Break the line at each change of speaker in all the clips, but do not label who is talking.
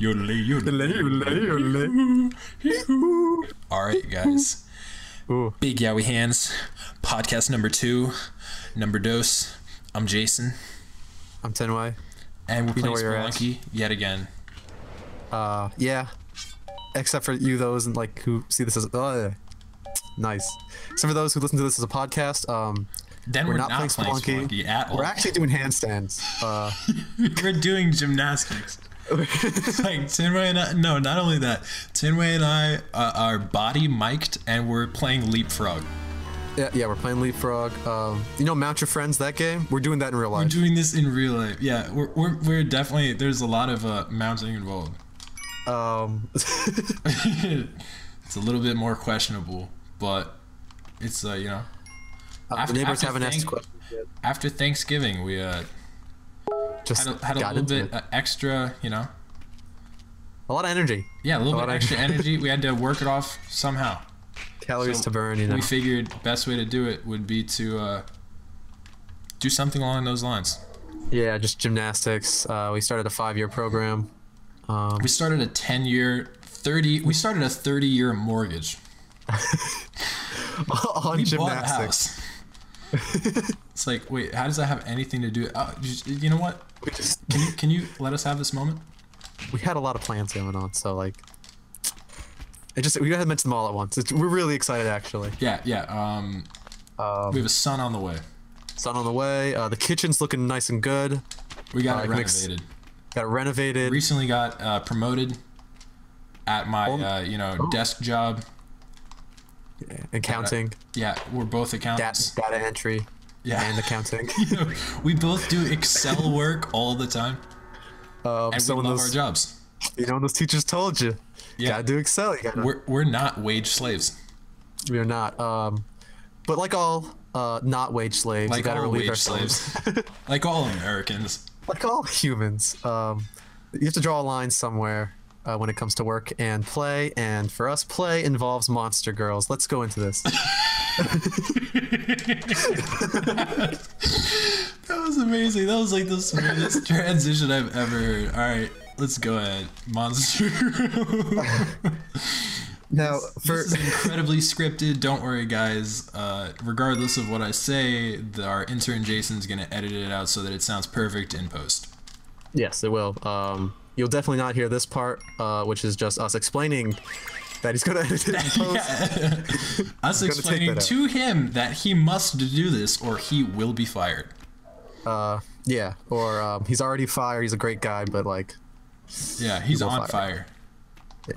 Yodelay, yodelay,
yodelay, yodelay.
All right, guys.
Ooh.
Big Yowie Hands, podcast number two, number dose. I'm Jason,
I'm Tenway.
and we're
You
playing
know where you're at.
Spelunky yet again.
Uh, yeah. Except for you, those and like who see this as uh, nice. Except for those who listen to this as a podcast, um,
Then we're, not, playing Spelunky, at all.
We're actually doing handstands. Uh,
we're doing gymnastics. like Tinway and I, no, not only that, Tinway and I uh, are body mic'd and we're playing leapfrog.
yeah, yeah, we're playing leapfrog. Um, you know, mount your friends. That game, we're doing that in real
We're
life.
doing this in real life. Yeah, we're, we're, we're definitely, there's a lot of uh, mounting involved.
Um,
it's a little bit more questionable, but it's uh, you know.
the
After-
neighbors
after
haven't asked
thank-
questions yet.
After Thanksgiving, we uh,
Just
had a, had a
got
little
into
bit
it.
uh, extra, you know.
a lot of energy,
Yeah, a little
lot
bit
of-
extra energy. We had to work it off somehow.
calories
So
to burn. You know,
We figured best way to do it would be to uh, do something along those lines.
yeah, just gymnastics. Uh, we started a five-year program. Um,
We started a ten-year, thirty. We started a thirty-year mortgage.
on
We bought a
gymnastics.
house. it's like, wait, how does that have anything to do? Oh, you, you know what?
We just
Can you can you let us have this moment?
we had a lot of plans going on, so like, it just we gotta mention them all at once. It's, we're really excited, actually.
Yeah, yeah. Um,
Um,
we have a son on the way.
sun on the way. Uh, the kitchen's looking nice and good.
We got
uh,
it
it makes-
renovated.
Got renovated.
Recently got uh, promoted at my
Oh.
uh, you know desk job.
and counting,
Yeah, we're both
data,
accountants.
data entry, and
yeah,
accounting.
we both do Excel work all the time,
Um,
and
so
we
when
love
those,
our jobs.
you know, when those teachers told you,
Yeah.
you gotta do Excel. You gotta,
We're we're not wage slaves.
we are not. Um, but like all uh, not wage slaves, you
Like
gotta
all
relieve
wage
ourselves.
slaves. like all Americans.
like all humans, um, you have to draw a line somewhere uh, when it comes to work and play. And for us, play involves monster girls. Let's go into this.
That was amazing. That was like the smoothest transition I've ever heard. All right, let's go ahead. Monster.
now, for
this is incredibly scripted. Don't worry, guys. Uh, regardless of what I say, the, our intern Jason's gonna edit it out so that it sounds perfect in post.
yes, it will. Um, you'll definitely not hear this part, uh, which is just us explaining that he's going to edit it in post.
Yeah. Us
take
explaining
that out.
to him that he must do this or he will be fired.
Uh, yeah, or um, he's already fired. He's a great guy, but like
Yeah, he's
will
on
fire.
fire.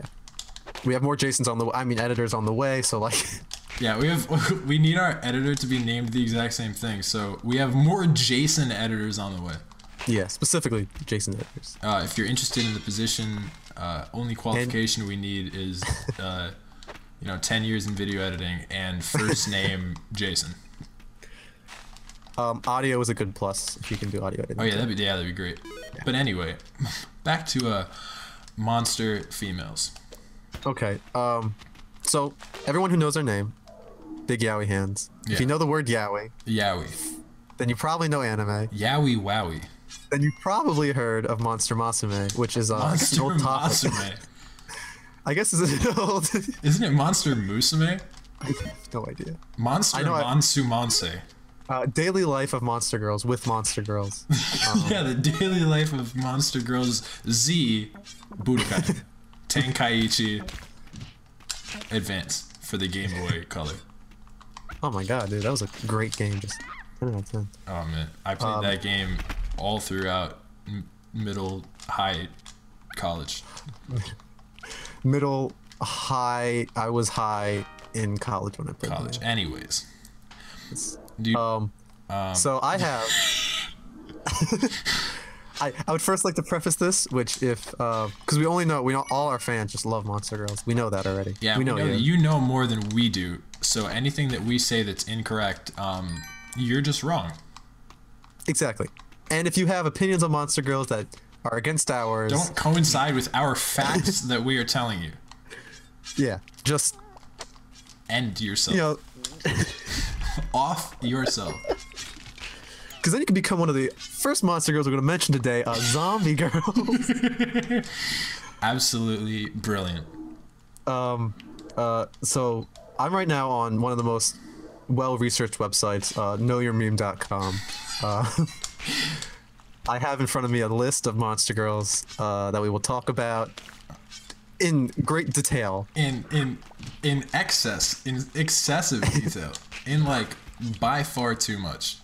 we have more Jasons on the. I mean, editors on the way. So like,
Yeah, we have we need our editor to be named the exact same thing. So we have more Jason editors on the way.
yeah, specifically Jason editors.
Uh, if you're interested in the position, uh, only qualification we need is, uh, you know, 10 years in video editing and first name Jason.
Um, audio is a good plus if you can do audio editing.
Oh yeah, that'd be yeah, that'd be great. But anyway, back to uh, monster females.
Okay. Um, so everyone who knows our name, big yaoi hands. If
Yeah.
you know the word yaoi,
Yowie,
then you probably know anime.
yowie, wowie,
Then you probably heard of Monster Masume, which is uh,
monster
an old topic.
musume.
I guess it's an old.
Isn't it monster musume?
I have no idea.
Monster
know I-
monsumanse.
Uh, daily life of monster girls with monster girls.
Yeah, the daily life of monster girls Z, Budokai, Tenkaichi, Advance for the Game Boy Color.
oh my god, dude, that was a great game. Just 10 out of 10.
Oh man, I played
Um,
that game all throughout m- middle, high, college.
Middle, high. I was high in college when I played. the
College.
game.
Anyways, do you,
Um, so I have. I, I would first like to preface this, which if because we only know we know all our fans just love Monster Girls. We know that already.
yeah,
we know, you.
that you know more than we do. So anything that we say that's incorrect, um, you're just wrong.
exactly. And if you have opinions on Monster Girls that are against ours,
Don't coincide with our facts that we are telling you.
yeah, just
End yourself.
you know,
Off yourself.
because then you can become one of the first Monster Girls we're going to mention today, uh, Zombie Girls.
absolutely brilliant.
Um, uh, so I'm right now on one of the most well-researched websites, uh, knowyourmeme.com. Uh, I have in front of me a list of monster girls uh, that we will talk about in great detail.
In in in excess, in excessive detail, in like by far too much.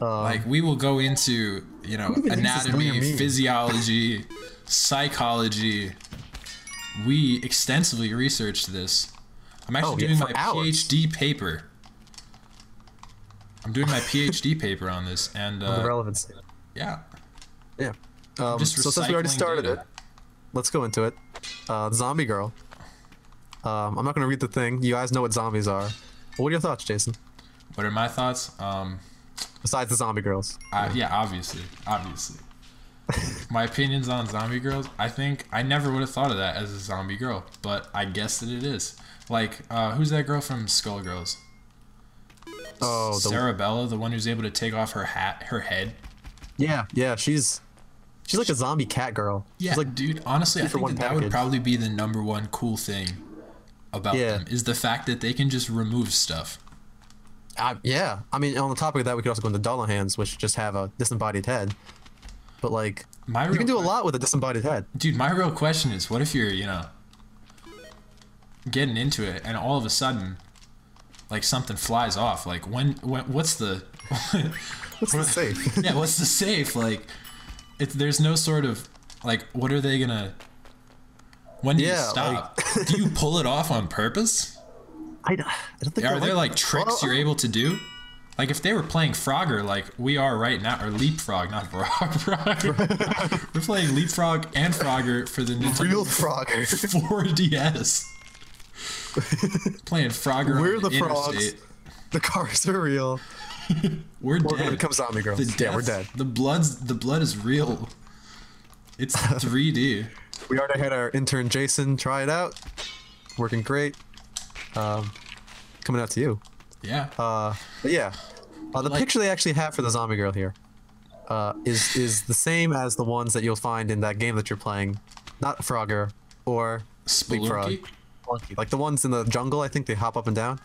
Uh,
like we will go into you know
at least it's not your
anatomy,
meme.
physiology, psychology. We extensively researched this. I'm actually
Oh, yeah,
doing
for
my
hours.
PhD paper. I'm doing my PhD paper on this, and
The
uh,
relevancy.
yeah,
Yeah. Um,
just
so since we already
recycling
started
data.
it, let's go into it. Uh, zombie girl. Um, I'm not going to read the thing. You guys know what zombies are. What are your thoughts, Jason?
What are my thoughts? Um,
Besides the zombie girls.
I, yeah, obviously, obviously. My opinions on zombie girls. I think I never would have thought of that as a zombie girl, but I guess that it is. Like, uh, who's that girl from Skullgirls?
Oh, the,
Sarah Bella, the one who's able to take off her hat, her head.
yeah, yeah. She's she's like a zombie cat girl.
Yeah,
She's like
like, dude. Honestly, I
for
think
one
that, that would
package.
probably be the number one cool thing about
Yeah.
them is the fact that they can just remove stuff.
I, yeah, I mean, on the topic of that, we could also go into dollar hands, which just have a disembodied head. But like,
My
you can
real-
do a lot with a disembodied head.
Dude, my real question is, what if you're, you know, getting into it, and all of a sudden, like something flies off? Like when? when what's the?
What's the safe?
yeah, what's the safe? Like, it, there's no sort of like, what are they gonna? When do you
Yeah,
stop? do you pull it off on purpose?
I, don't- I don't think.
Are
they're
there like tricks
Well,
you're able to do? Like if they were playing Frogger, like we are right now, or Leapfrog, not Frog. we're playing Leapfrog and Frogger for the Nintendo
real frogger?
4DS. Playing Frogger.
We're
on
the frogs.
interstate.
The cars are real.
We're
We're gonna
dead.
become zombie girls.
the
yeah, we're dead.
death- The blood's the blood is real. It's 3D.
We already had our intern Jason try it out. Working great. Um, coming out to you.
Yeah.
Uh, but yeah, uh, the
Like-
picture they actually have for the zombie girl here uh, is is the same as the ones that you'll find in that game that you're playing, not Frogger or Leapfrog.
Spelunky.
Spelunky. Like the ones in the jungle, I think they hop up and down.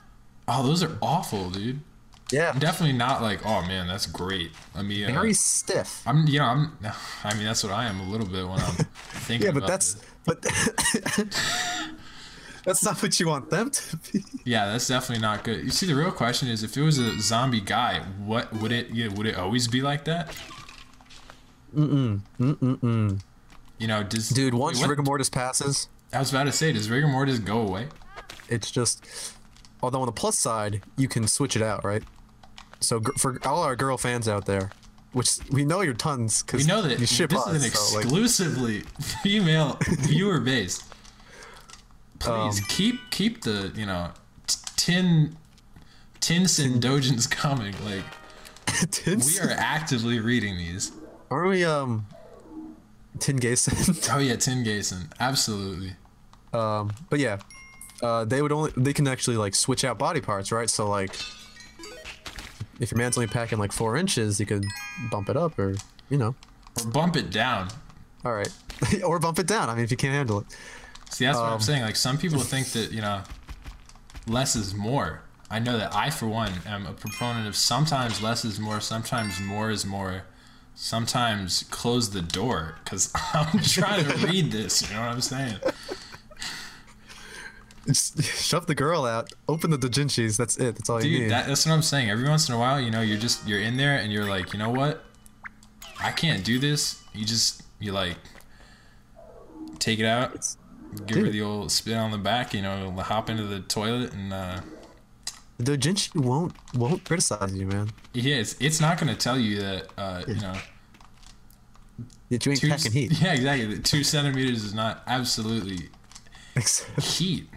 Oh, those are awful, dude.
Yeah,
I'm definitely not like, oh man, that's great. Let me. Uh,
very stiff.
I'm yeah, I'm I mean that's what I am a little bit when I'm thinking
Yeah, but
about
that's
this.
but that's not what you want them to be.
Yeah, that's definitely not good. You see the real question is if it was a zombie guy, what would it yeah, would it always be like that? Mm mm. Mm mm mm. You know, does
Dude, once
wait, what-
rigor mortis passes,
I was about to say, does rigor mortis go away?
it's just although on the plus side you can switch it out right so gr- for all our girl fans out there which we know you're tons
We
because
know that
you ship
this
us,
is an
so, like,
exclusively female viewer base.
Um.
Please keep keep the you know t- tin tin syndogence coming. Like we
tins-
are actively reading these.
aren't we um tin Gason?
Oh yeah, Tim Gason, absolutely.
um but yeah uh they would only they can actually like switch out body parts right so like if your man's only packing like four inches you could bump it up or you know
Or bump it down.
all right or bump it down i mean if you can't handle it
See, that's what I'm saying. Like some people think that you know, less is more. I know that I, for one, am a proponent of sometimes less is more, sometimes more is more, sometimes close the door because I'm trying to read this. You know what I'm saying?
Just shove the girl out open the dojinshis that's it that's all you need
Dude, that, that's what I'm saying. Every once in a while, you know, you're just you're in there and you're like, you know what? I can't do this. You just you like take it out, give her
dude.
the old spin on the back. You know, hop into the toilet and uh,
The Jinchi won't won't criticize you, man.
yeah, it's it's not gonna tell you that uh, you know
That you ain't
two
packing heat.
yeah exactly that two centimeters is not absolutely
Except-
heat.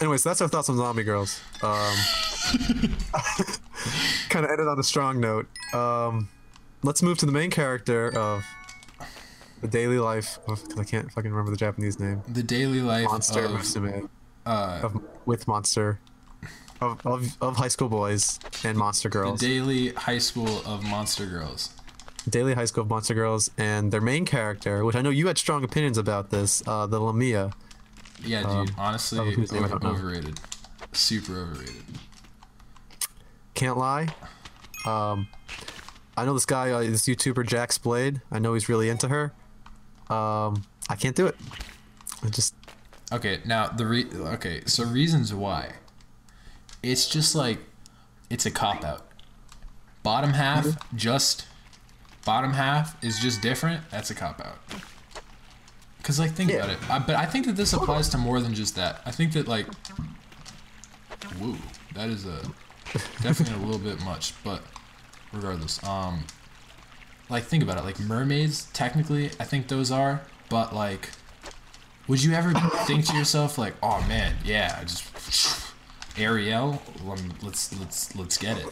anyway, so that's our thoughts on zombie girls. Um, kind of ended on a strong note. Um, let's move to the main character of the daily life of. Cause I can't fucking remember the Japanese name.
The daily life
Monster
of uh,
Musume. of with monster. Of, of, of high school boys and monster
the
girls.
daily high school of monster girls.
Daily High School of Monster Girls, and their main character, which I know you had strong opinions about this, uh, the Lamia.
Yeah, dude. honestly,
was who's- Um, I
o-
don't know.
overrated. Super overrated.
Can't lie. Um, I know this guy, uh, this YouTuber Jack Splade. I know he's really into her. Um, I can't do it. I just
Okay, now the re- okay, so reasons why. It's just like it's a cop out. Bottom half just bottom half is just different. That's a cop out. Cuz like think
Yeah.
about it. I, but I think that this applies to more than just that. I think that like woo, that is a definitely a little bit much, but regardless. Um like think about it. Like mermaids technically, I think those are, but like would you ever think to yourself like, "Oh man, yeah, I just Ariel, lem- let's let's let's get it."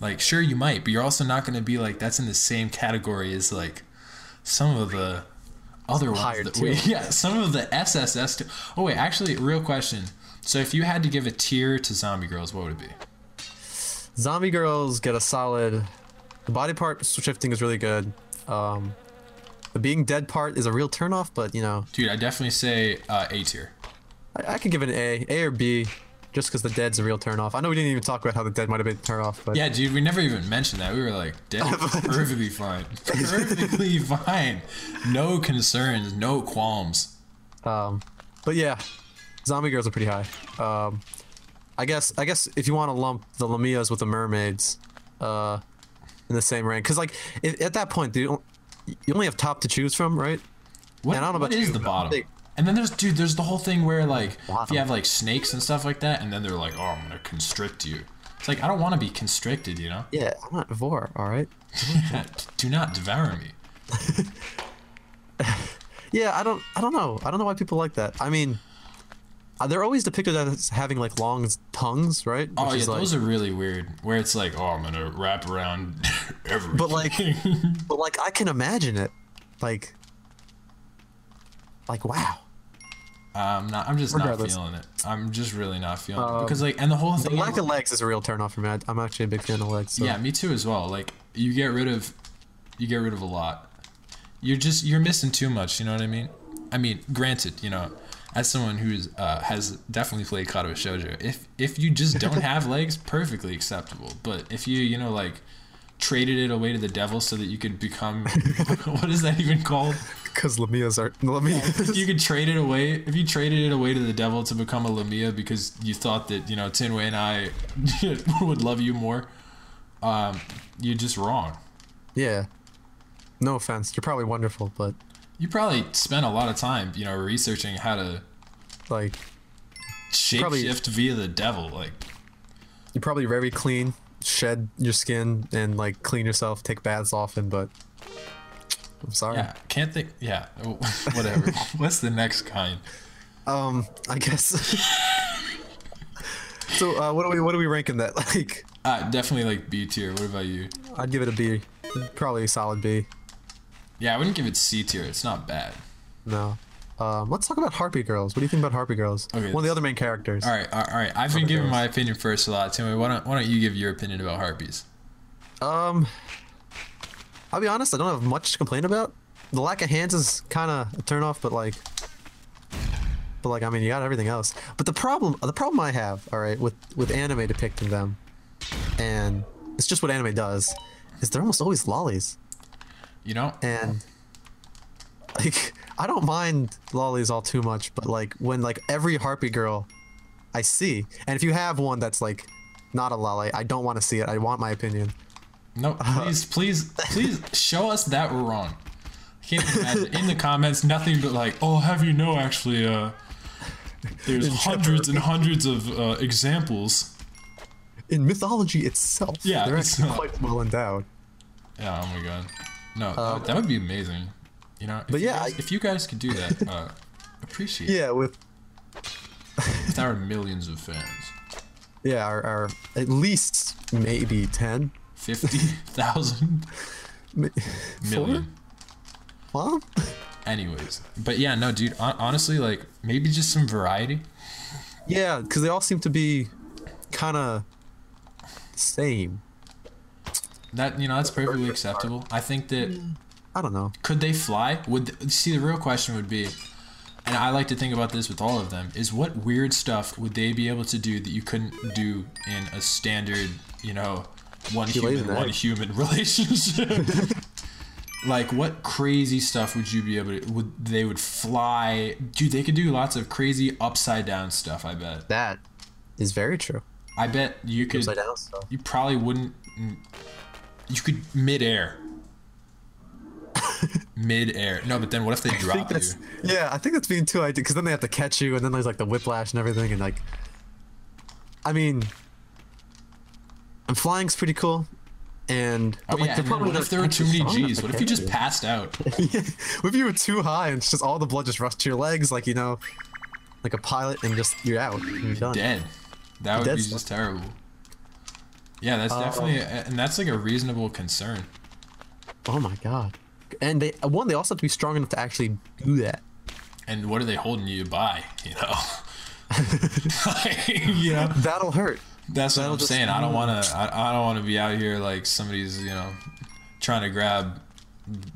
Like, sure you might, but you're also not going to be like that's in the same category as like some of the other ones
Higher
that
tier.
we, yeah, some of the SSS. T- oh wait, actually, real question. So if you had to give a tier to Zombie Girls, what would it be?
Zombie Girls get a solid. The body part shifting is really good. Um, the being dead part is a real turnoff, but you know,
Dude, I definitely say uh, A tier.
I, I could give it an A, A or B, just because the dead's a real turnoff. I know we didn't even talk about how the dead might have been a turnoff, but
Yeah, dude, we never even mentioned that. We were like, damn, perfectly fine. Perfectly fine. No concerns, no qualms.
but yeah, Zombie Girls are pretty high. Um, I guess I guess if you want to lump the Lamias with the mermaids, uh, in the same rank, because like if, at that point, dude, you only have top to choose from, right?
What,
And I don't know
what
about
is
you,
the
but I
bottom?
think-
And then there's, dude, there's the whole thing where, like, if
Bottom.
you have, like, snakes and stuff like that, and then they're like, oh, I'm going to constrict you. It's like, I don't want to be constricted, you know?
Yeah, I'm not Vor, all right.
Do not devour me.
Yeah, I don't, I don't know. I don't know why people like that. I mean, uh, they're always depicted as having like long s- tongues, right?
Oh,
Which
yeah,
is, like,
those are really weird. Where it's like, oh, I'm going to wrap around everything.
But, like- but like I can imagine it, like, like wow.
I'm not. I'm just not
Regardless.
feeling it. I'm just really not feeling it because like, and the whole
The
thing.
lack of legs is a real turnoff for me. I- I'm actually a big fan of legs. So.
yeah, me too as well. Like you get rid of, you get rid of a lot. You're just you're missing too much. You know what I mean? I mean, granted, you know, as someone who's uh, has definitely played Kado Shoujo, if if you just don't have legs, perfectly acceptable. But if you you know like traded it away to the devil so that you could become what is that even called?
because Lamias are Lamias.
you could trade it away if you traded it away to the devil to become a Lamia because you thought that you know Tinway and I would love you more. Um, you're just wrong.
yeah. No offense, you're probably wonderful, but
You probably spent a lot of time, you know, researching how to
like
shapeshift
Probably-
via the devil. Like,
you're probably very clean. Shed your skin and like clean yourself. Take baths often, but I'm sorry.
yeah, can't think. Yeah, oh, whatever. What's the next kind?
Um, I guess. so uh, what do we what do we rank in that? Like,
Uh, definitely like B tier. What about you?
I'd give it a B, probably a solid B.
Yeah, I wouldn't give it C tier. It's not bad.
No. Um, let's talk about Harpy Girls. What do you think about Harpy Girls?
Okay,
One of
this-
the other main characters.
All right, uh, all all right. I've been giving
goes.
my opinion first a lot. Tinway, why don't why don't you give your opinion about harpies?
Um, I'll be honest. I don't have much to complain about. The lack of hands is kind of a turnoff, but like, but like, I mean, you got everything else. But the problem, the problem I have, all right, with with anime depicting them, and it's just what anime does, is they're almost always lollies.
You know,
and like I don't mind lollies all too much, but like when like every harpy girl I see, and if you have one that's like not a lolly, I don't want to see it. I want my opinion.
No,
Uh-huh.
please, please, please show us that we're wrong. I can't imagine in the comments nothing but like, oh, have you know actually, uh, there's hundreds and hundreds of uh, examples.
In mythology itself,
Yeah,
they're
it's
actually
not-
quite well endowed.
Yeah, oh my god, no, that, that would be amazing. You know, if
Um, But
you
yeah,
guys,
I-
if you guys could do that, uh, appreciate. it.
Yeah, with
if there are millions of fans,
yeah, our, our at least maybe ten.
fifty thousand
mi-
million.
Well,
Anyways, but yeah, no, dude. hon- Honestly, like maybe just some variety.
yeah, because they all seem to be kind of same.
That you know that's perfectly acceptable. I think that
I don't know.
could they fly? Would see the real question would be, and I like to think about this with all of them is what weird stuff would they be able to do that you couldn't do in a standard you know one
lays
human
an
one
egg.
human relationship. like what crazy stuff would you be able to would they would fly dude they could do lots of crazy upside down stuff i bet
That is very true.
i bet you could
Upside down stuff.
you probably wouldn't you could midair midair no but then what if they
I think
drop you
that's yeah. I think that's being too ideal because then they have to catch you, and then there's like the whiplash and everything, and like, I mean, and flying's pretty cool, and
Oh,
but like
yeah,
the
and then
problem
what if there were too many G's? What if you just
what
passed out?
if you were too high and it's just all the blood just rushed to your legs, like you know, like a pilot, and just you're out, you're done.
Dead. That would
Dead
be
stuff.
just terrible. Yeah, that's
Um,
definitely, and that's like a reasonable concern.
Oh my god, and they one they also have to be strong enough to actually do that.
And what are they holding you by? You know, like, you know,
That'll hurt.
that's what
That'll
I'm
just-
saying. I don't want to. I, I don't want to be out here like somebody's, you know, trying to grab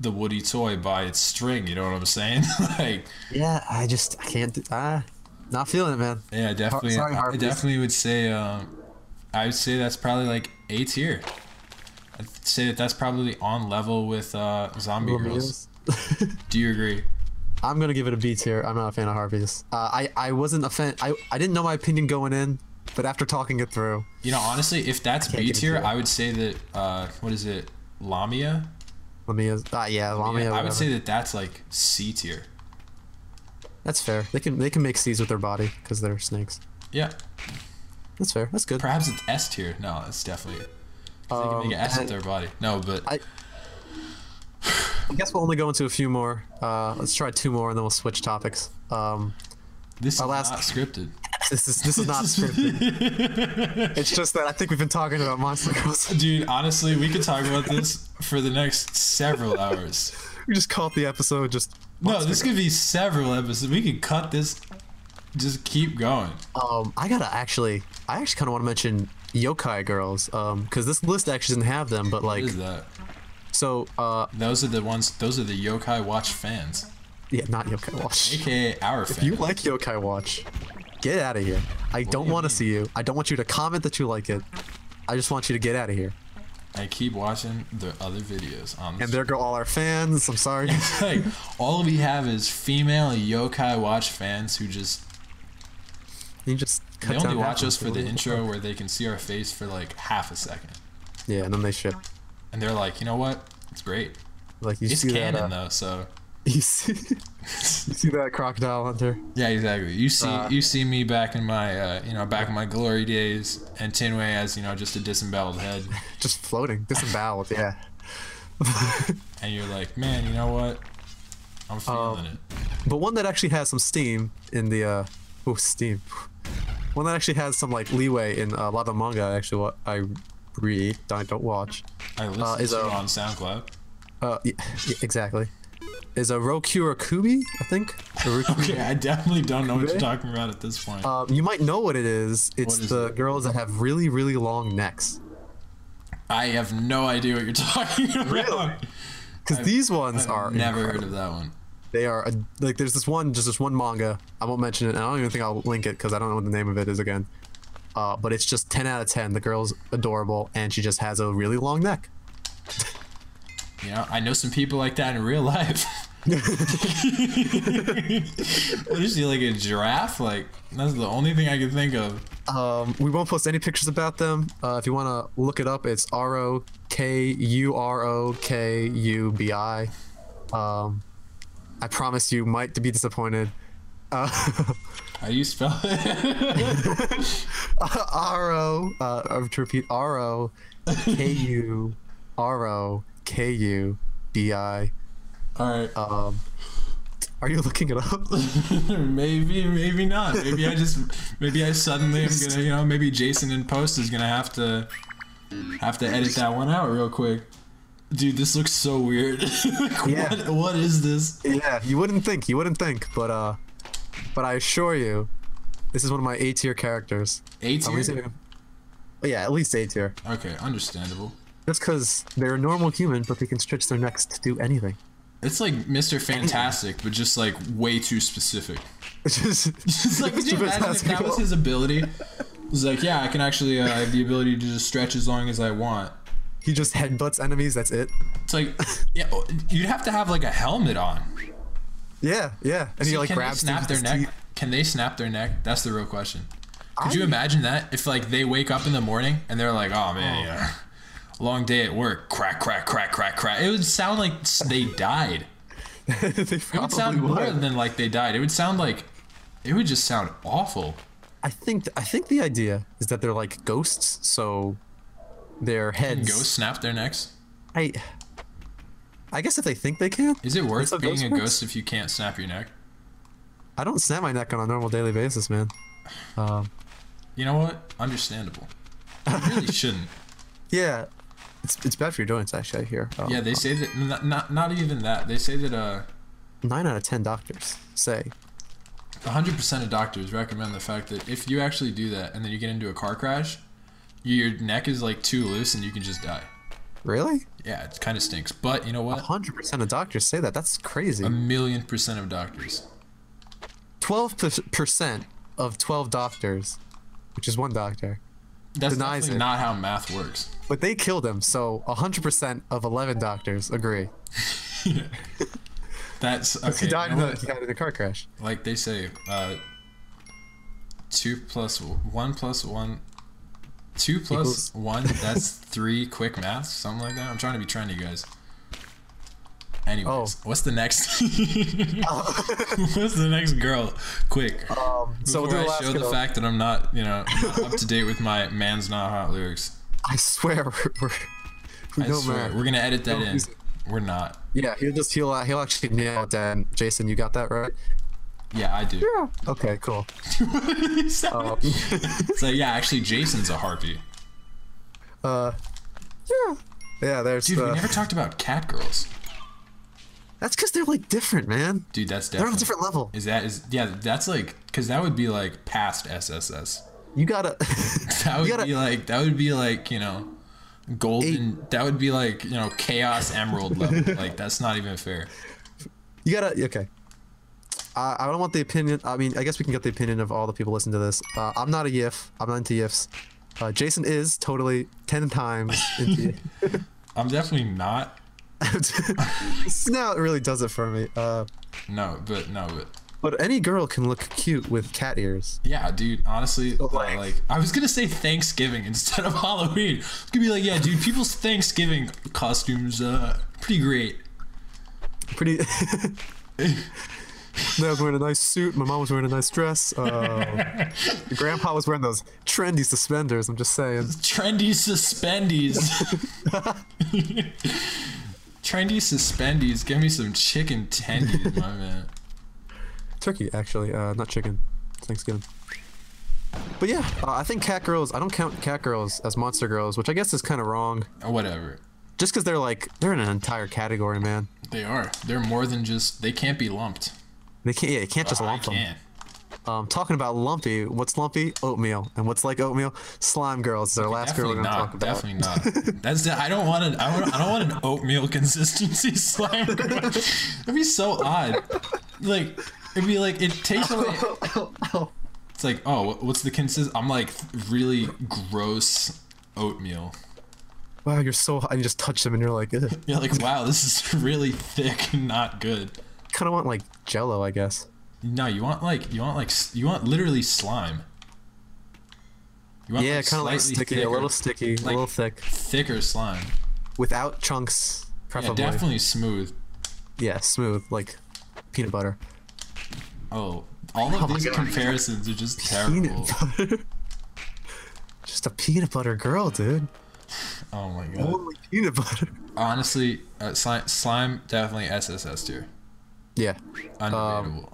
the Woody toy by its string. You know what I'm saying? like,
Yeah, I just I can't. do- Ah, not feeling it, man.
Yeah, definitely.
sorry,
I
Harvey.
definitely would say. Um, I would say that's probably like A tier. I'd say that that's probably on level with uh, Zombie Girls. Do you agree?
I'm gonna give it a B tier. I'm not a fan of Harvey's. Uh, I I wasn't a fan. I I didn't know my opinion going in, but after talking it through,
You know, honestly, if that's
can't
B
give it
tier,
to you.
I would say that. Uh, what is it? Lamia.
let me. Uh, yeah, Lamia.
Yeah, I
whatever.
would say that that's like C tier.
that's fair. They can they can make C's with their body because they're snakes.
Yeah,
That's fair. That's good.
perhaps it's S tier. No, that's definitely. 'cause They can make an
Um,
S
I-
with their body. No, but
I- I guess we'll only go into a few more. Uh, let's try two more and then we'll switch topics. Um,
this is
our last-
not scripted.
this is this is not scripted. it's just that I think we've been talking about Monster Girls.
Dude, honestly, we could talk about this for the next several hours.
we just caught the episode. Just
No, this could be several episodes. We could cut this. Just keep going.
Um, I gotta actually, I actually kind of want to mention yokai girls, um, because this list actually doesn't have them, but
What
like,
is that?
so, uh,
Those are the ones. Those are the yokai watch fans,
yeah, not yokai watch.
aka our fans.
You like yokai watch? Get out of here! I don't
do you
want to
mean?
see you. I don't want you to comment that you like it. I just want you to get out of here.
I keep watching the other videos on.
And
This.
there go all our fans. I'm sorry.
like, all we have is female yokai watch fans who just
you just cut
they only
down
watch
half
us
of
for the
them.
intro where they can see our face for like half a second,
Yeah, and then they ship.
and they're like, you know what? It's great.
Like you
It's
see that.
canon
uh,
though, so.
you see, you see that crocodile hunter.
Yeah, exactly. You see,
Uh,
you see me back in my, uh, you know, back in my glory days, and Tinway as you know, just a disemboweled head,
just floating, disemboweled. Yeah.
and you're like, man, you know what? I'm
Um,
feeling it.
But one that actually has some steam in the uh oh steam. One that actually has some like leeway in uh, a lot of the manga actually what I read, I don't watch.
I listen
is,
to it
um,
on SoundCloud.
Uh y y- exactly. Is a Rokura Kubi, I think. A Roku-
Okay, I definitely don't know what you're
Really?
talking about at this point.
Um, you might know what it is. It's
What is
the
it?
girls that have really, really long necks.
I have no idea what you're talking about.
Really? Because these ones are
I've never heard
incredible.
of that one.
They are a, like there's this one, just this one manga. I won't mention it, and I don't even think I'll link it because I don't know what the name of it is again. Uh, but it's just 10 out of 10. The girl's adorable, and she just has a really long neck.
You know, I know some people like that in real life. what is she like a giraffe? Like that's the only thing I can think of.
Um, we won't post any pictures about them. Uh, if you want to look it up, it's R O K U R O K U B I. Um, I promise you might be disappointed. Uh,
How do you spell it?
R O, uh, to repeat, R O K U R O K U B I.
All right.
Um, are you looking it up?
maybe, maybe not. Maybe I just, maybe I suddenly am gonna, you know, maybe Jason in post is gonna have to, have to edit that one out real quick. Dude, this looks so weird. Like,
Yeah.
what, what is this?
yeah, you wouldn't think. You wouldn't think, but uh, but I assure you, this is one of my A tier characters.
A
At least-
tier.
Yeah, at least A tier.
Okay, understandable.
That's because they're a normal human, but they can stretch their necks to do anything.
It's like Mr. Fantastic, but just like way too specific.
It's just,
It's like, could you
Mr.
imagine if that was
Fantastical.
his ability? It's like, yeah, I can actually uh, have the ability to just stretch as long as I want.
he just headbutts enemies. That's it.
It's like, yeah, oh, you'd have to have like a helmet on.
Yeah, yeah. And he
So
like
can
grabs
they snap
things with
their
his
neck?
teeth.
Can they snap their neck? That's the real question. Could
I-
you imagine that if like they wake up in the morning and they're like, oh man, yeah, long day at work, crack, crack, crack, crack, crack. It would sound like s- they died.
they
It would sound
probably
more
would.
than like they died. It would sound like, it would just sound awful.
I think I think the idea is that they're like ghosts, so their heads.
Ghosts snap their necks.
I. I guess if they think they can.
Is it worth
how
being
ghost
a
works.
ghost if you can't snap your neck?
I don't snap my neck on a normal daily basis, man.
You know what? Understandable. You really shouldn't.
Yeah, it's it's bad for your joints. Actually, I hear. Um,
Yeah, they say that. Not, not, not even that. They say that uh,
Nine out of ten doctors say
100% of doctors recommend the fact that if you actually do that and then you get into a car crash, your neck is like too loose and you can just die.
really
Yeah, it kind of stinks. But you know what?
hundred percent of doctors say that. That's
A
crazy.
million percent of doctors.
Twelve percent of twelve doctors, which is one doctor,
That's
Denies
definitely
it.
not how math works.
but they killed him. So hundred percent of eleven doctors agree.
That's okay.
He died
you
in
know
a,
what?
he died in a car crash.
like they say, uh, two plus one plus one, two plus
Equals-
one. That's three. Quick math, something like that. I'm trying to be trendy, guys. Anyways,
Oh.
what's the next? what's the next girl? Quick.
Um, so
Before
we'll do
I show
Alaska.
the fact that I'm not, you know, not up to date with my "Man's Not Hot" lyrics.
I swear we're, we're we
I
know
swear,
Matt.
we're gonna edit that
Don't
in.
use it.
We're not.
Yeah, he'll just he'll uh, he'll actually nail it down. Jason, you got that right.
Yeah, I do.
Okay, cool.
so,
Oh.
so yeah, actually, Jason's a harpy.
Uh, yeah, yeah. There's
Dude,
the-
we never talked about cat girls.
that's because they're like different, man.
Dude, that's
They're on a
definitely.
different level.
Is that is yeah? That's like because that would be like past SSS.
You gotta.
That would
gotta-
be like that would be like you know, golden. That would be like you know chaos emerald level. like that's not even fair.
You gotta. Okay. I, I don't want the opinion. I mean, I guess we can get the opinion of all the people listening to this. Uh, I'm not a yif. I'm not into yifs. Uh, Jason is totally ten times into.
I'm definitely not.
yif. now it really does it for me. Uh,
No, but no, but
but any girl can look cute with cat ears.
yeah, dude. Honestly, uh,
like-
like I was gonna say Thanksgiving instead of Halloween. It's gonna be like yeah, dude. People's Thanksgiving costumes uh pretty great.
Pretty. Dad was wearing a nice suit. My mom was wearing a nice dress. Uh, your grandpa was wearing those trendy suspenders. I'm just saying.
Trendy suspendies. Trendy suspendies. Give me some chicken tendies, my man.
turkey actually uh, not chicken It's thanksgiving but yeah uh, i think cat girls i don't count cat girls as monster girls which i guess is kind of wrong
Or Oh, Whatever.
just because they're like they're in an entire category man
They are. They're more than just. They can't be lumped.
they can't yeah you can't just lump
I
them
can.
um, talking about lumpy what's lumpy oatmeal and what's like oatmeal slime girls is their last girl we're
Definitely
gonna talk
not.
about
Definitely not. That's. The, I don't want an. I, want, I don't want an oatmeal consistency slime. That'd be so odd. Like it'd be like it takes away. It's like oh, wh- what's the consist? I'm like really gross oatmeal.
wow you're so hot and you just touch them and you're like Ugh.
Yeah, like wow, this is really thick and not good.
kind of want like jello i guess
No, you want like you want like s- you want literally slime. You want
yeah kind of like
slightly
sticky a
thicker-
little sticky a little thick
thicker slime.
without chunks
Yeah,
preferably
definitely smooth.
yeah smooth like peanut butter
Oh, all of
my
these
God.
comparisons are just terrible.
peanut butter. Just a peanut butter girl, dude.
Oh my god.
Only peanut butter.
Honestly, uh, slime, slime definitely SSS tier.
Yeah.
Undebatable.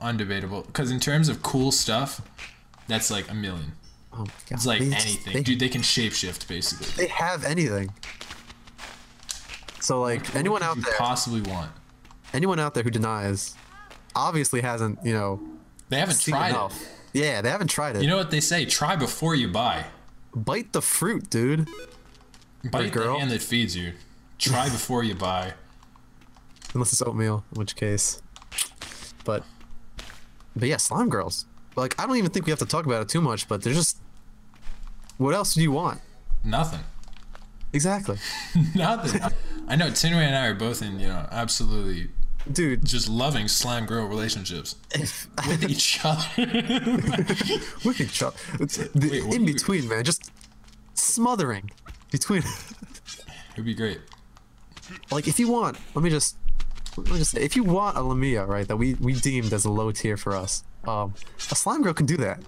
Um,
Undebatable. Because in terms of cool stuff, that's like a million.
Oh my god.
It's like
they just-
anything,
They,
dude. They can shapeshift basically.
they have anything. So like anyone
What could
out
you
there,
possibly want.
anyone out there who denies, obviously hasn't you know
They haven't
seen
tried
enough.
it.
Yeah, they haven't tried it.
You know what they say? Try before you buy.
Bite the fruit, dude.
Bite
girl?
the hand that feeds you. Try before you buy.
unless it's oatmeal, in which case. But, but yeah, slime girls. Like I don't even think we have to talk about it too much, but they're just. What else do you want?
Nothing.
Exactly,
Nothing. I know Tinway and I are both in, you know, absolutely
dude.
just loving slime girl relationships with each other.
We could chop. It's the,
Wait, what
in
do you-
between, man, just smothering between.
It'd be great.
like if you want, let me just let me just say, if you want a Lamia, right, that we we deemed as a low tier for us, um, a slime girl can do that.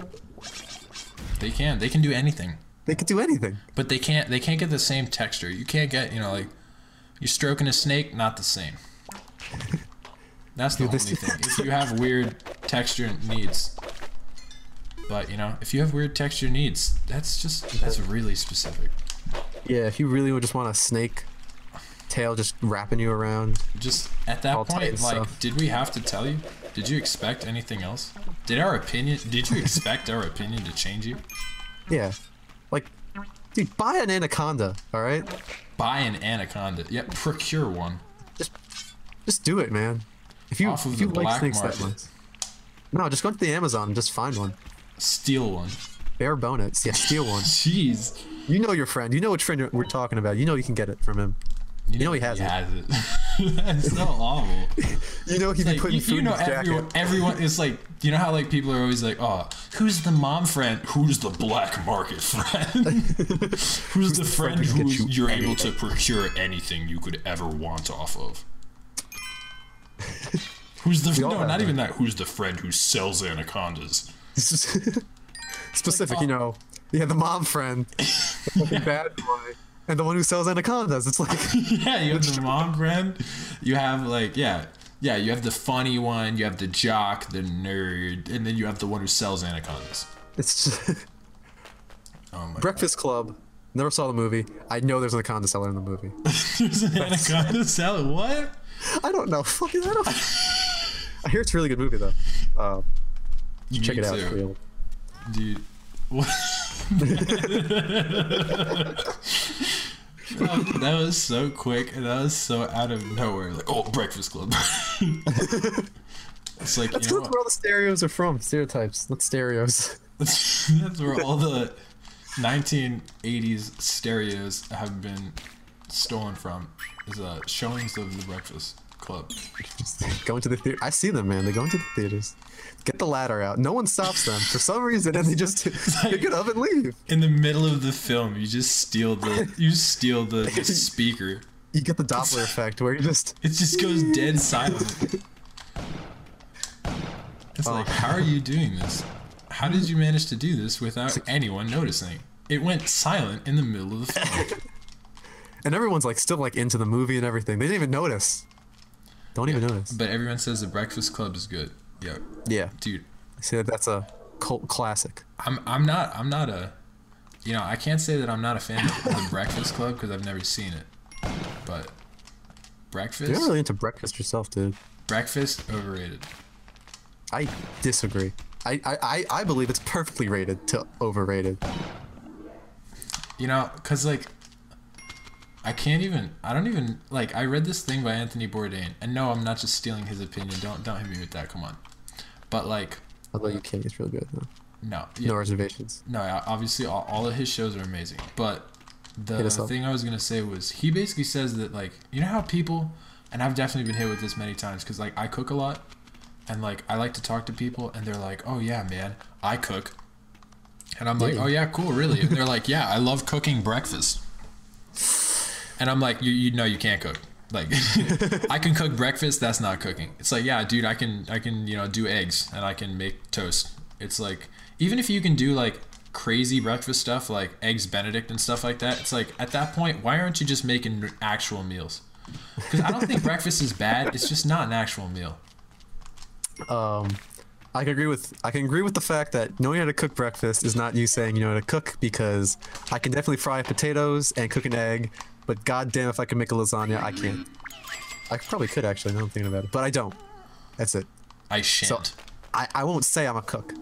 They can. They can do anything.
They could do anything.
But they can't they can't get the same texture. You can't get, you know, like you're stroking a snake, not the same. That's the only
this-
thing. If you have weird texture needs. But you know, if you have weird texture needs, that's just that's really specific.
Yeah, if you really would just want a snake tail just wrapping you around.
Just at that
All
point,
Titan
like,
stuff.
did we have to tell you? Did you expect anything else? Did our opinion? Did you expect our opinion to change you?
Yeah. Like, dude, buy an anaconda, all right?
Buy an anaconda. Yeah, procure one.
Just do it, man. If you,
Off of
if you
the
like
black
snakes that much.
market.
No, just go to the Amazon and just find one.
Steal one.
Bare bonus. Yeah, steal one.
Jeez.
You know your friend. You know which friend you're- we're talking about. You know you can get it from him. You know he has it.
it. That's so awful.
You know he's been
Like,
putting
you,
food
you
in
know,
his jacket.
everyone, everyone is like, you know how like people are always like, oh, who's the mom friend? Who's the black market friend? who's the friend
who can get
who's
you
you're able to procure anything you could ever want off of? Who's the
all
no?
have
Not
that.
even that. Who's the friend who sells anacondas?
Specific,
Like,
you know. Yeah, the mom friend. the fucking bad boy. And the one who sells anacondas. It's like,
yeah, you have the mom friend. You have like yeah, yeah. You have the funny one. You have the jock, the nerd, and then you have the one who sells anacondas.
it's just.
Oh my
Breakfast Club. Never saw the movie. I know there's an anaconda seller in the movie.
There's an anaconda salad. What?
I don't know. Fucking, I don't. I hear it's a really good movie though. Uh,
You
check
need
it out.
to.
It's real.
Dude. What? that, that was so quick and that was so out of nowhere. Like, oh, Breakfast Club. it's like,
That's
you know
where all the stereos are from. Stereotypes, not stereos.
what? That's where all the 1980s stereos have been stolen from. Is uh, showings of the Breakfast Club.
going to the theater. I see them, man. They go into the theaters. Get the ladder out. No one stops them for some reason, and they just pick it up and leave.
In the middle of the film, you just steal the you steal the, the speaker.
You get the Doppler effect where you just
It just goes dead silent. It's like, how are you doing this? How did you manage to do this without anyone noticing? It went silent in the middle of the film.
and everyone's like still like into the movie and everything. They didn't even notice. Don't even notice.
But everyone says the Breakfast Club is good. Yo,
Yeah.
dude,
See that that's a cult classic.
I'm I'm not I'm not a, you know, I can't say that I'm not a fan of the Breakfast Club because I've never seen it, but breakfast
You're not really into breakfast yourself, dude.
breakfast overrated.
I disagree. I, I, I- I believe it's perfectly rated to overrated.
You know, cause like, I can't even. I don't even like. I read this thing by Anthony Bourdain, and no, I'm not just stealing his opinion. Don't don't hit me with that. Come on. But like,
Although you can't, it's really good. Though.
no,
No
no,
reservations.
no. yeah, Obviously, all, all of his shows are amazing. But
Hit
the
us up.
thing I was gonna say was he basically says that like, you know how people, and I've definitely been hit with this many times, cause like I cook a lot, and like I like to talk to people, and they're like, oh yeah, man, I cook, and I'm like,
Yeah.
oh yeah, cool, really. And they're like, yeah, I love cooking breakfast. And I'm like, you you know you can't cook. Like I can cook breakfast, that's not cooking. It's like, yeah, dude, I can I can, you know, do eggs and I can make toast. It's like even if you can do like crazy breakfast stuff like eggs benedict and stuff like that, it's like at that point, why aren't you just making actual meals? Cuz I don't think breakfast is bad, it's just not an actual meal.
I can agree with I can agree with the fact that knowing how to cook breakfast is not you saying you know how to cook because I can definitely fry potatoes and cook an egg, but goddamn if I can make a lasagna, I can't. I probably could actually. Now I'm thinking about it, but I don't. That's it.
I shan't.
So I, I won't say I'm a cook.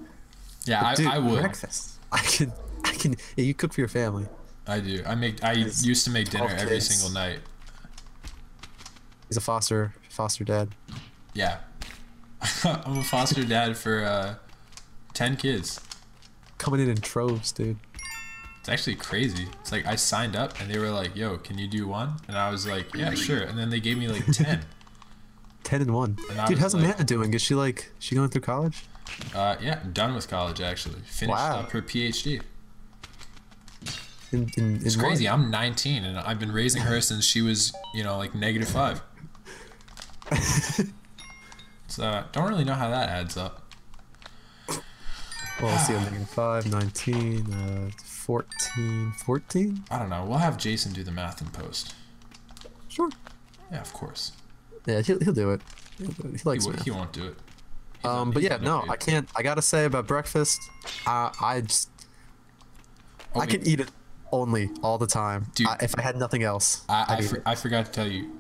yeah, I,
Dude,
I would.
breakfast. I can I can. Yeah, you cook for your family.
I do. I make. I
It's
used to make dinner
12
every
kids.
single night.
He's a foster foster dad.
Yeah, I'm a foster dad for uh, ten kids.
Coming in in troves, dude.
It's actually crazy. It's like I signed up and they were like, "Yo, can you do one?" And I was like, "Yeah, sure." And then they gave me like ten.
Ten and one.
And I
dude,
was
how's
like-
Amanda doing? Is she like is she going through college?
Uh, yeah, I'm done with college actually. Finished
Wow.
up her PhD.
In, in, in
It's crazy. I'm 19 and I've been raising her since she was, you know, like negative five. so I don't really know how that adds up.
Well, let's see. I'm thinking 5, 19, uh, 14, 14?
I don't know. We'll have Jason do the math in post.
Sure.
Yeah, of course.
Yeah, he'll, he'll do it. He'll do it. He
He,
likes
w-
math.
he won't do it. He's
Um,
not-
but
he's
yeah,
not
no,
okay.
I can't. I gotta say about breakfast, I, I just
Oh,
I can
wait.
eat it only all the time.
Dude.
I, if I had nothing else,
I, I,
I'd eat
for,
it.
I forgot to tell you.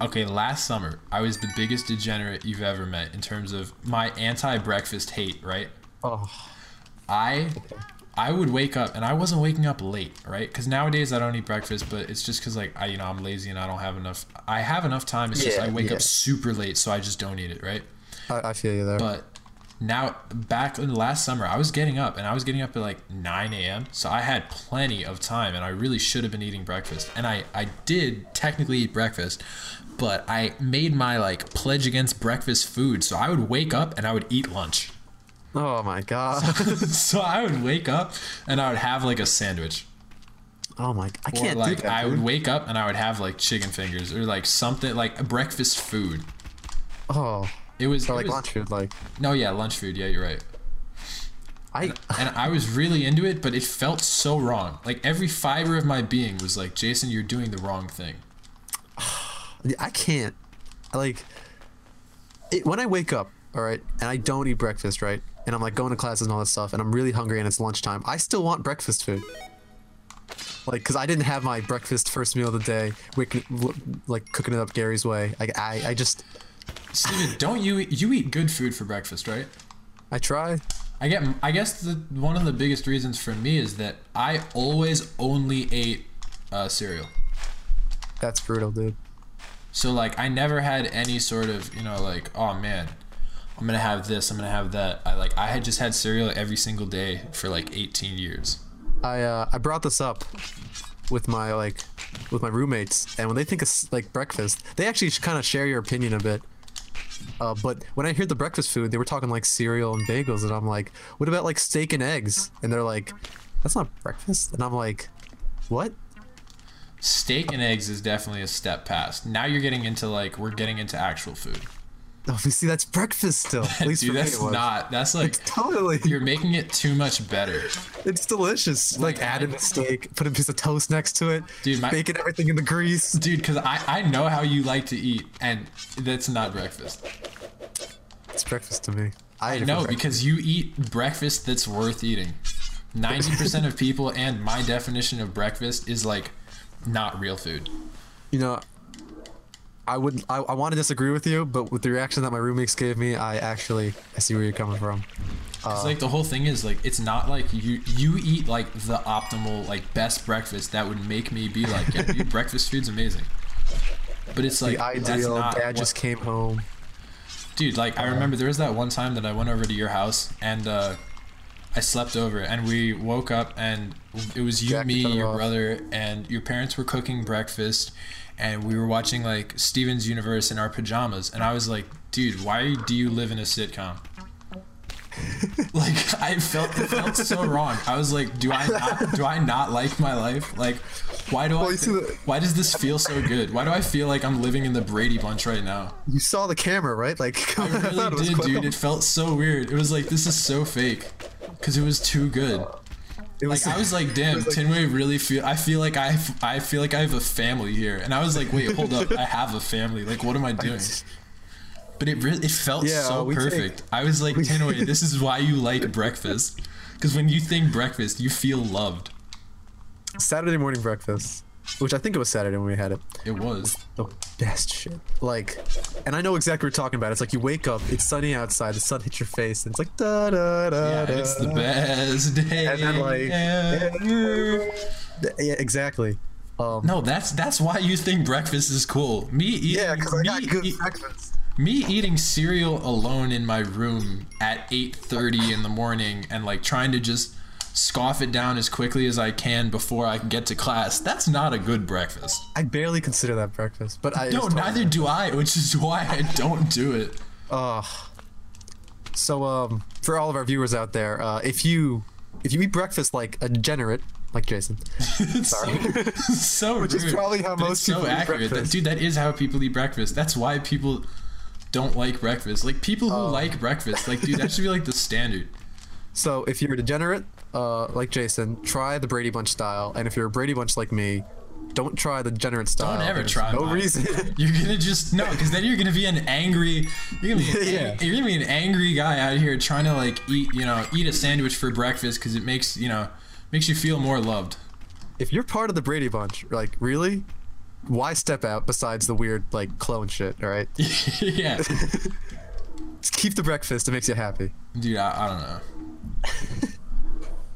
Okay, last summer, I was the biggest degenerate you've ever met in terms of my anti breakfast hate, right?
Oh,
I I would wake up and I wasn't waking up late, right? Cuz nowadays I don't eat breakfast, but it's just cuz like I you know, I'm lazy and I don't have enough I have enough time. It's just
Yeah,
I wake
yeah.
up super late so I just don't eat it, right?
I, I feel you there.
But now back in last summer, I was getting up and I was getting up at like 9 a.m. So I had plenty of time and I really should have been eating breakfast. And I, I did technically eat breakfast, but I made my like pledge against breakfast food. So I would wake up and I would eat lunch.
oh my god.
so I would wake up and I would have like a sandwich.
oh my. I
Or
can't do
like
that.
I
dude.
would wake up and I would have like chicken fingers or like something like breakfast food.
Oh,
It was,
or
it
like
was-
lunch food. Like
No, yeah, lunch food. Yeah, you're right.
I.
and I was really into it, but it felt so wrong. Like every fiber of my being was like, Jason, you're doing the wrong thing.
I can't. Like, it, when I wake up, all right, and I don't eat breakfast, right, and I'm like going to classes and all that stuff, and I'm really hungry and it's lunchtime, I still want breakfast food. Like, cause I didn't have my breakfast first meal of the day, waking, lo- like cooking it up Gary's way. Like, I, I just,
Steven, don't you you eat good food for breakfast, right?
I try.
I get I guess the one of the biggest reasons for me is that I always only ate uh, cereal.
That's brutal, dude.
So like I never had any sort of, you know, like, oh man, I'm going to have this, I'm going to have that. I like I had just had cereal every single day for like 18 years.
I, uh, I brought this up with my like, with my roommates, and when they think of s- like breakfast, they actually kind of share your opinion a bit. Uh, but when I hear the breakfast food, they were talking like cereal and bagels, and I'm like, what about like steak and eggs? And they're like, that's not breakfast. And I'm like, what?
Steak and eggs is definitely a step past. Now you're getting into like we're getting into actual food.
Oh, you see, that's breakfast still. At least
Dude,
for
that's
me, it was.
not. That's like
Totally,
you're making it too much better.
it's delicious. Like add in a steak, put a piece of toast next to it,
Dude, my-
baking everything in the grease.
Dude, because I, I know how you like to eat, and that's not breakfast.
It's breakfast to me. I, ate it for
No,
breakfast.
because you eat breakfast that's worth eating. 90% of people, and my definition of breakfast, is like not real food.
You know, I would I, I want to disagree with you, but with the reaction that my roommates gave me, I actually I see where you're coming from.
It's like the whole thing is like it's not like you you eat like the optimal like best breakfast that would make me be like yeah, dude, breakfast food's amazing. But it's like
The ideal
that's not
dad
what-
just came home.
Dude, like I remember there was that one time that I went over to your house and uh, I slept over and we woke up and it was you,
Jack,
me,
turn it
your
off.
brother, and your parents were cooking breakfast and we were watching like Steven's Universe in our pajamas and I was like, dude, why do you live in a sitcom? like I felt it felt so wrong. I was like, do I not do I not like my life? Like why do I
you see the-
why does this feel so good? Why do I feel like I'm living in the Brady Bunch right now?
You saw the camera, right? Like
I really did, dude. It felt so weird. It was like this is so fake, because it was too good.
Oh. It
Like I was like, damn,
was like-
Tinway really feel. I feel like I, f- I feel like I have a family here, and I was like, wait, hold up, I have a family. Like, what am I doing? But it really, it felt
Yeah,
so
we take-
perfect. I was like, Tinway, this is why you like breakfast, because when you think breakfast, you feel loved.
Saturday morning breakfast, which I think it was Saturday when we had it.
It was.
The best shit. Like, and I know exactly what you're talking about. It's like you wake up, it's sunny outside, the sun hits your face, and it's like da da da.
Yeah,
da,
it's the
da.
best day
And then, like,
ever.
Th- Yeah, exactly. Um,
No, that's that's why you think breakfast is cool. Me eating
yeah, because I
me,
got good
eat-
breakfast.
me eating cereal alone in my room at 8:30 in the morning and like trying to just scoff it down as quickly as I can before I can get to class. That's not a good breakfast.
I barely consider that breakfast, but I.
No,
it's fine.
neither do I, which is why I don't do it.
So, um, for all of our viewers out there, uh, if you if you eat breakfast like a degenerate, like Jason,
It's so, so
is
rude,
probably how
but it's
most
so
people eat
accurate. That-
breakfast.
dude, that is how people eat breakfast. That's why people don't like breakfast. Like people who
Oh.
like breakfast, like dude, that should be like the standard.
so if you're a degenerate, uh, like Jason, try the Brady Bunch style, and if you're a Brady Bunch like me, don't try the degenerate style.
Don't ever
Oh, There's
try.
No
mine.
reason.
You're gonna just no, because then you're gonna be an angry. You're gonna be an,
Yeah.
you're gonna be an angry guy out here trying to like eat you know eat a sandwich for breakfast because it makes you know makes you feel more loved.
if you're part of the Brady Bunch, like really, why step out besides the weird like clone shit? All right,
yeah,
just keep the breakfast. It makes you happy.
dude, I, I don't know.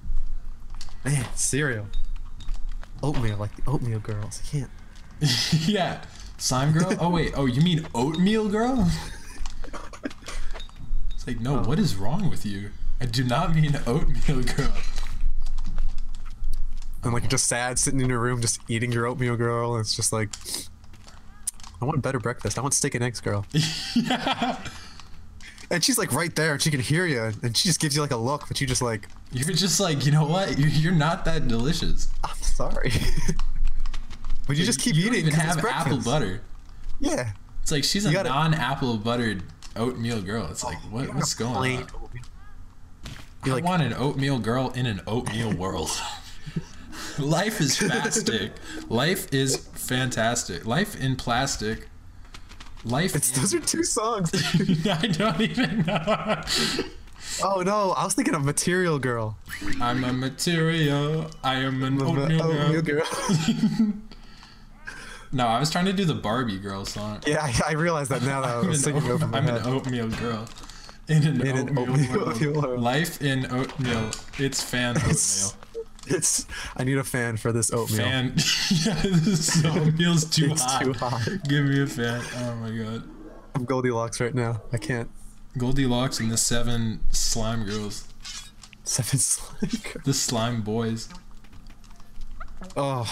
Man, cereal, oatmeal, like the oatmeal girls. I can't.
yeah, slime girl. Oh wait, oh you mean oatmeal girl? It's like
Oh.
no, what is wrong with you? I do not mean oatmeal girl.
and like you're just sad sitting in your room just eating your oatmeal girl and it's just like i want a better breakfast i want steak and eggs girl
yeah,
and she's like right there and she can hear you and she just gives you like a look but you just like
you're just like you know what? You're, you're not that delicious.
i'm sorry but you just keep
don't
eating
even
'cause it's
have apple
breakfast.
butter.
yeah
It's like she's a
gotta-
non-apple buttered oatmeal girl. It's like what, what's going on? I
you're like
want an oatmeal girl in an oatmeal world. Life is fantastic. Life is fantastic. Life in plastic. Life.
it's, those are two songs
in- I don't even know.
oh no i was thinking of material girl
I'm a material. I am an
The
oatmeal,
oatmeal
girl.
girl
No, I was trying to do the Barbie girl song.
yeah I, I realized that now that i
I'm,
was
an,
singing
oat-
over my
I'm an
head
oatmeal girl. In an,
In an
oatmeal,
oatmeal
world.
world.
Life in oatmeal. It's fan
It's-
oatmeal.
it's i need a fan for this oatmeal
fan. yeah, this is- oatmeal's too
It's
hot.
too hot.
Give me a fan. Oh my god.
i'm goldilocks right now i can't
Goldilocks and the seven slime girls.
Seven Slime Girls.
The slime boys.
Oh.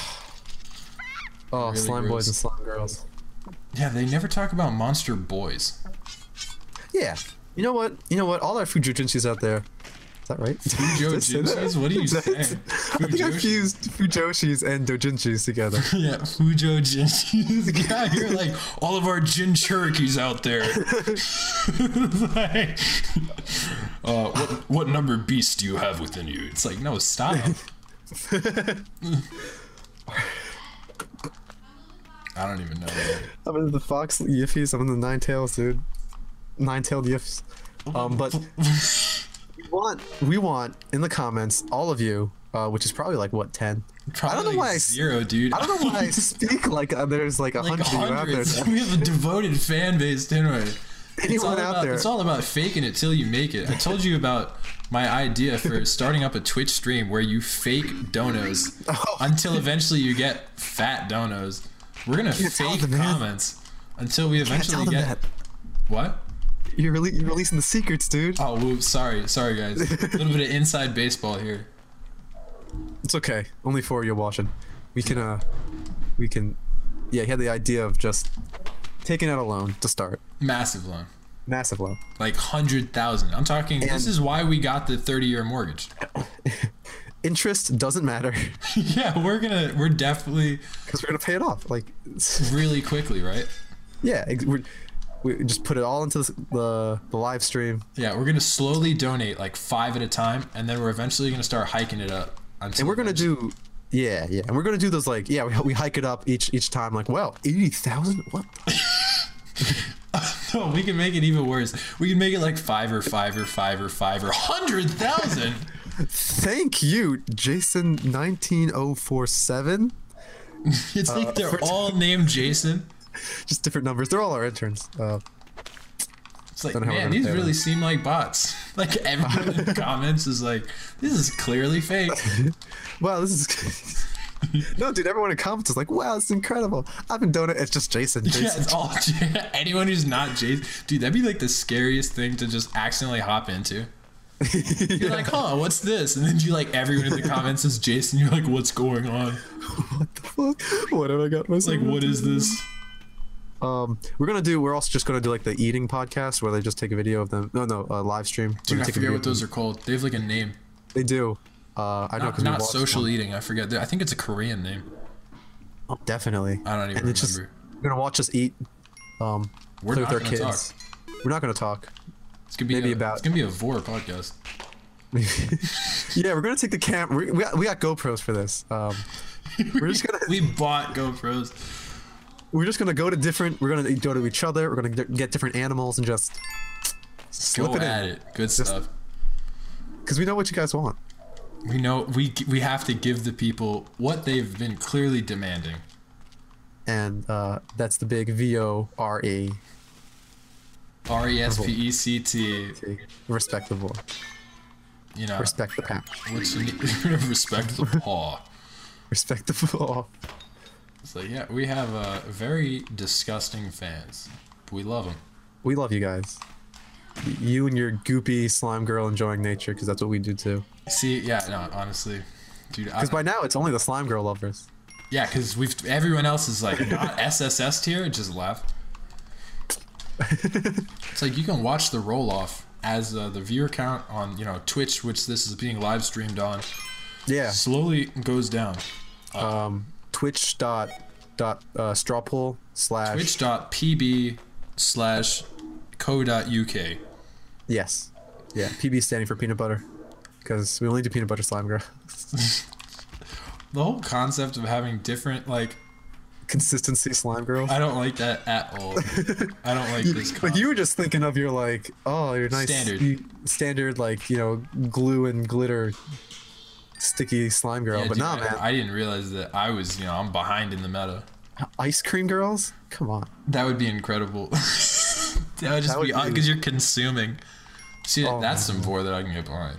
Oh,
Really
Slime
gross.
Boys and Slime Girls.
Yeah, they never talk about monster boys.
Yeah. You know what? You know what? All our Fujojinshis out there. Is that right?
Fujojinshis? What are you saying?
I think I
Fujoshi?
fused Fujoshis and Dojinshis together.
Yeah, Fujo Jin. yeah, you're like all of our Jin Cherokees out there. Like, uh, what, what number beast do you have within you? It's like, no, stop. I don't even know. man.
I'm into the Fox Yiffies. I'm into the Nine Tails, dude. Nine Tailed Yiffs. Um, but we want we want in the comments all of you, uh, which is probably like what ten.
Probably
know why I s-
zero, dude.
I don't know why I speak like uh, there's like a
like
hundred of you out there.
hundreds. We have a devoted fan base, didn't we? It's all,
Anyone out
about,
there?
it's all about faking it till you make it. I told you about my idea for starting up a Twitch stream where you fake donos
Oh.
until eventually you get fat donos. We're gonna
tell
fake
them that.
comments until we
I tell
eventually
them
get
that.
what?
You're, rele- you're releasing the secrets, dude.
Oh, whoop, sorry, sorry guys. A little bit of inside baseball here.
It's okay. Only four of you watching. We can, uh, we can. Yeah, he had the idea of just taking out a loan to start.
Massive loan,
Massive loan.
like hundred thousand. I'm talking. this
And-
is why we got the 30 year mortgage.
Interest doesn't matter because
yeah, we're gonna, we're definitely
we're gonna pay it off. Like, it's-
really quickly, right?
yeah, ex- we're, we just put it all into the, the the live stream,
Yeah, we're gonna slowly donate like five at a time, and then we're eventually gonna start hiking it up. Until
and we're gonna do. Yeah, yeah, and we're gonna do those like yeah we, we hike it up each each time like well eighty thousand what
No, we can make it even worse. We can make it like five or five or five or five or hundred thousand.
thank you Jason nineteen oh four seven
It's
Uh,
like they're all named Jason.
just different numbers they're all our interns uh,
It's like,
Don't know how we're
man,
gonna
these
pay
really
them.
seem like bots. Like everyone in the comments is like, this is clearly fake.
Wow, this is no, dude, everyone in comments is like, "Wow, it's incredible." I've been doing it. It's just Jason. Jason.
Yeah, it's all anyone who's not Jason. Dude, that'd be like the scariest thing to just accidentally hop into. You're like, huh, what's this? And then you like everyone in the comments is Jason. You're like, what's going on?
what the fuck? What have I got myself?
Like, what is this?
Um, we're gonna do. We're also just gonna do like the eating podcast where they just take a video of them. No, no, uh, live stream. We're
Dude,
gonna
I
take a
forget
video
what
of them.
those are called. They have like a name.
They do. Uh, I know
Not,
because
not social eating. I forget. I think it's a Korean name.
definitely.
I don't even
and it's just
remember.
you're gonna watch us eat. Um,
We're
play
not
with our
gonna
kids.
talk.
We're not gonna talk.
It's gonna be
Maybe
a,
about-
It's gonna be a vor podcast.
Yeah, we're gonna take the cam. We, we, got, we got GoPros for this. Um, we're just gonna
We bought GoPros.
we're just gonna go to different. We're gonna go to each other. We're gonna get- get different animals and just slip
Go
it
at
in
it. Good stuff.
because we know what you guys want.
We know we we have to give the people what they've been clearly demanding.
and uh, that's the big V O R E,
R e s p e c t.
respectable.
You know,
Respect the pound.
what you need- respect the paw.
Respect the floor.
It's like yeah, we have uh, very disgusting fans, but we love them.
We love you guys. Y- You and your goopy slime girl enjoying nature, because that's what we do too.
See, yeah, no, honestly, dude. I,
Because by now it's only the slime girl lovers.
yeah, because we've everyone else is like not SSS tier. Just laugh. it's like you can watch the roll off as uh, the viewer count on you know Twitch, which this is being live streamed on,
Yeah.
slowly goes down.
Twitch dot dot uh, strawpool slash
Twitch.pb slash co.uk.
yes, yeah. PB standing for peanut butter, because we only do peanut butter slime girl.
The whole concept of having different like
Consistency slime girls.
I don't like that at all. I don't like this.
Like
Concept.
you were just thinking of your like, oh, your nice
Standard.
you- standard like you know glue and glitter, sticky slime girl.
Yeah,
but
dude,
nah,
I-
man,
I didn't realize that I was you know I'm behind in the meta.
ice cream girls. Come on.
That would be incredible. that would just
That would
be because
be-
you're consuming. See,
Oh,
that's some vor that I can get behind.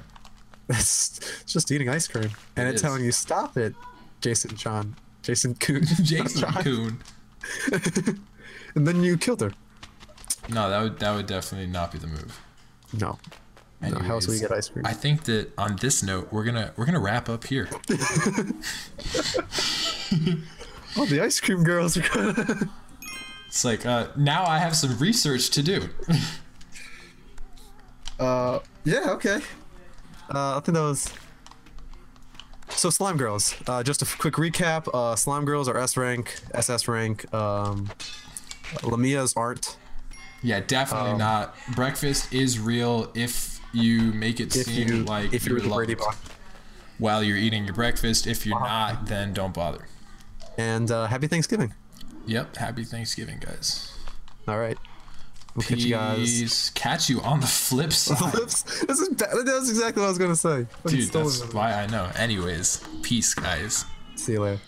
That's it's just eating ice cream, and
It
it's
is.
telling you stop it, Jason John, Jason Coon,
Jason
John.
Coon.
and then you killed her.
No, that would that would definitely not be the move.
No, no. How else will you
Anyways,
get ice cream?
I think that on this note, we're gonna we're gonna wrap up here.
oh, the ice cream girls are gonna.
It's like uh, now I have some research to do.
yeah. Okay. Uh, I think that was. So slime girls. Uh, just a f- quick recap. Uh, slime girls are S rank, SS rank. Um, Lamia's aren't.
yeah,
Um,
definitely not. Breakfast is real if you make it
If
seem
you
like
if
you're
you're the Brady
loved
Bunch. Uh-huh.
while you're eating your breakfast. If you're not, then don't bother.
And uh, happy Thanksgiving.
Yep. Happy Thanksgiving, guys.
All right. We'll catch
Peace.
you guys.
Catch you on the flip side,
Oops. This is ba- that's exactly what I was gonna say. Fucking
dude.
stolen
That's
it.
why I know. Anyways, peace, guys.
See you later.